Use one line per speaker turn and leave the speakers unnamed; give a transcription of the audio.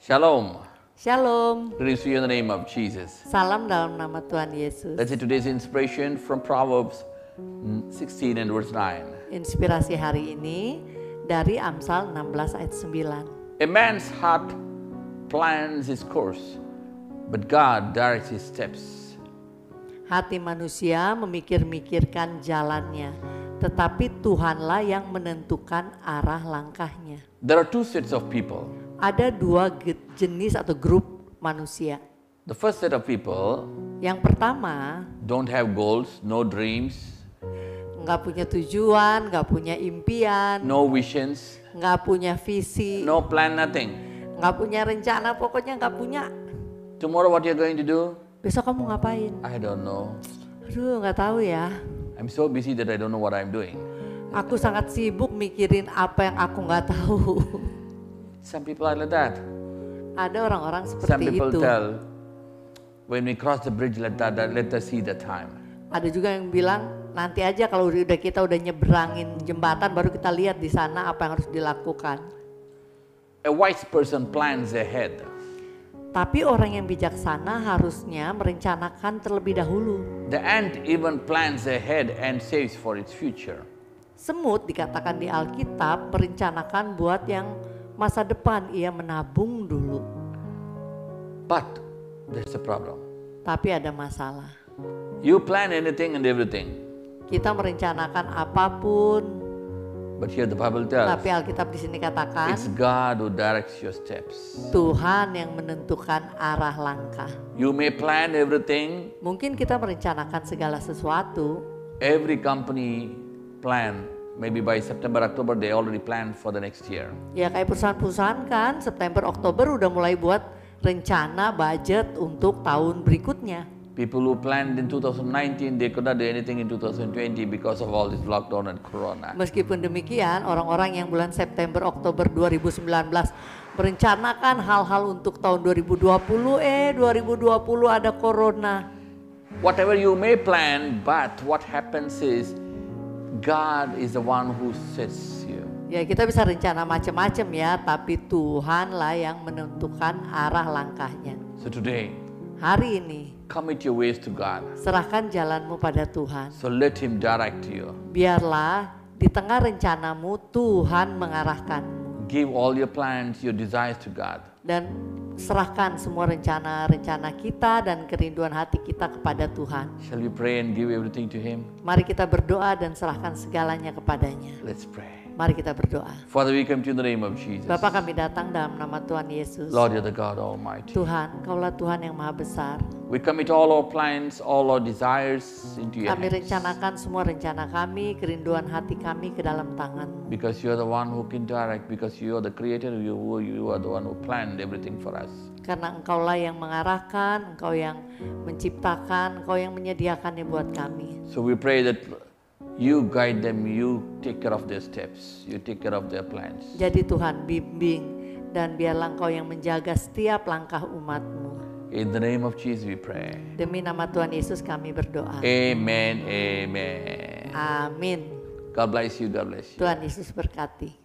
Shalom.
Shalom.
Greetings to you in the name of Jesus.
Salam dalam nama Tuhan Yesus.
Let's see today's inspiration from Proverbs 16 and verse 9.
Inspirasi hari ini dari Amsal 16 ayat
A man's heart plans his course, but God directs his steps.
9. Hati manusia memikir-mikirkan jalannya, tetapi Tuhanlah yang menentukan arah langkahnya.
There are two sets of people.
Ada dua ge- jenis atau grup manusia.
The first set of people
Yang pertama,
don't have goals, no dreams,
nggak punya tujuan, nggak punya impian,
no visions,
nggak punya visi,
no plan, nothing.
nggak punya rencana, pokoknya nggak punya.
Tomorrow, what you're going to do?
Besok kamu ngapain?
I don't know.
Aduh, nggak tahu ya.
I'm so busy that I don't know what I'm doing.
Aku sangat sibuk mikirin apa yang aku nggak tahu.
Some people are like that.
Ada orang-orang
Some
seperti
people
itu.
tell, when we cross the bridge, let, that, that- let us see the time.
Ada juga yang bilang nanti aja kalau udah kita udah nyeberangin jembatan baru kita lihat di sana apa yang harus dilakukan.
A wise person plans ahead.
Tapi orang yang bijaksana harusnya merencanakan terlebih dahulu.
The ant even plans ahead and saves for its future.
Semut dikatakan di Alkitab merencanakan buat yang masa depan ia menabung dulu.
But there's a problem.
Tapi ada masalah.
You plan anything and everything.
Kita merencanakan apapun,
But here the Bible tells
tapi Alkitab di sini katakan
it's God who directs your steps.
Tuhan yang menentukan arah langkah.
You may plan everything.
Mungkin kita merencanakan segala sesuatu.
Every company plan. Maybe by September, October, they already plan for the next year.
Ya kayak perusahaan-perusahaan kan September Oktober udah mulai buat rencana budget untuk tahun berikutnya.
People who planned in 2019, they could not do anything in 2020 because of all this lockdown and corona.
Meskipun demikian, orang-orang yang bulan September Oktober 2019 merencanakan hal-hal untuk tahun 2020 eh 2020 ada corona.
Whatever you may plan, but what happens is God is the one who sets you.
Ya kita bisa rencana macam-macam ya, tapi Tuhanlah yang menentukan arah langkahnya.
So today,
Hari ini
commit your ways to God.
Serahkan jalanmu pada Tuhan.
So let Him direct you.
Biarlah di tengah rencanamu Tuhan mengarahkanmu
Give all your plans, your desires to God.
dan serahkan semua rencana-rencana kita dan kerinduan hati kita kepada Tuhan.
Shall we pray and give everything to Him?
Mari kita berdoa dan serahkan segalanya kepadanya.
Let's pray.
Mari kita berdoa.
Father, we come to you in the name of Jesus.
Bapa kami datang dalam nama Tuhan Yesus.
Lord, you're the God Almighty.
Tuhan, Kaulah Tuhan yang Maha Besar.
We commit all our plans, all our desires into your
Kami
hands.
rencanakan semua rencana kami, kerinduan hati kami ke dalam tangan.
Because you're the one who can direct, because you are the creator, you, you are the one who planned everything for us.
Karena engkaulah yang mengarahkan, engkau yang menciptakan, engkau yang menyediakannya buat kami.
So we pray that you guide them, you take care of their steps, you take care of their plans.
Jadi Tuhan bimbing dan biarlah Engkau yang menjaga setiap langkah umatmu.
In the name of Jesus, we pray.
Demi nama Tuhan Yesus kami berdoa.
Amen. Amen.
Amin.
God bless you. God bless you.
Tuhan Yesus berkati.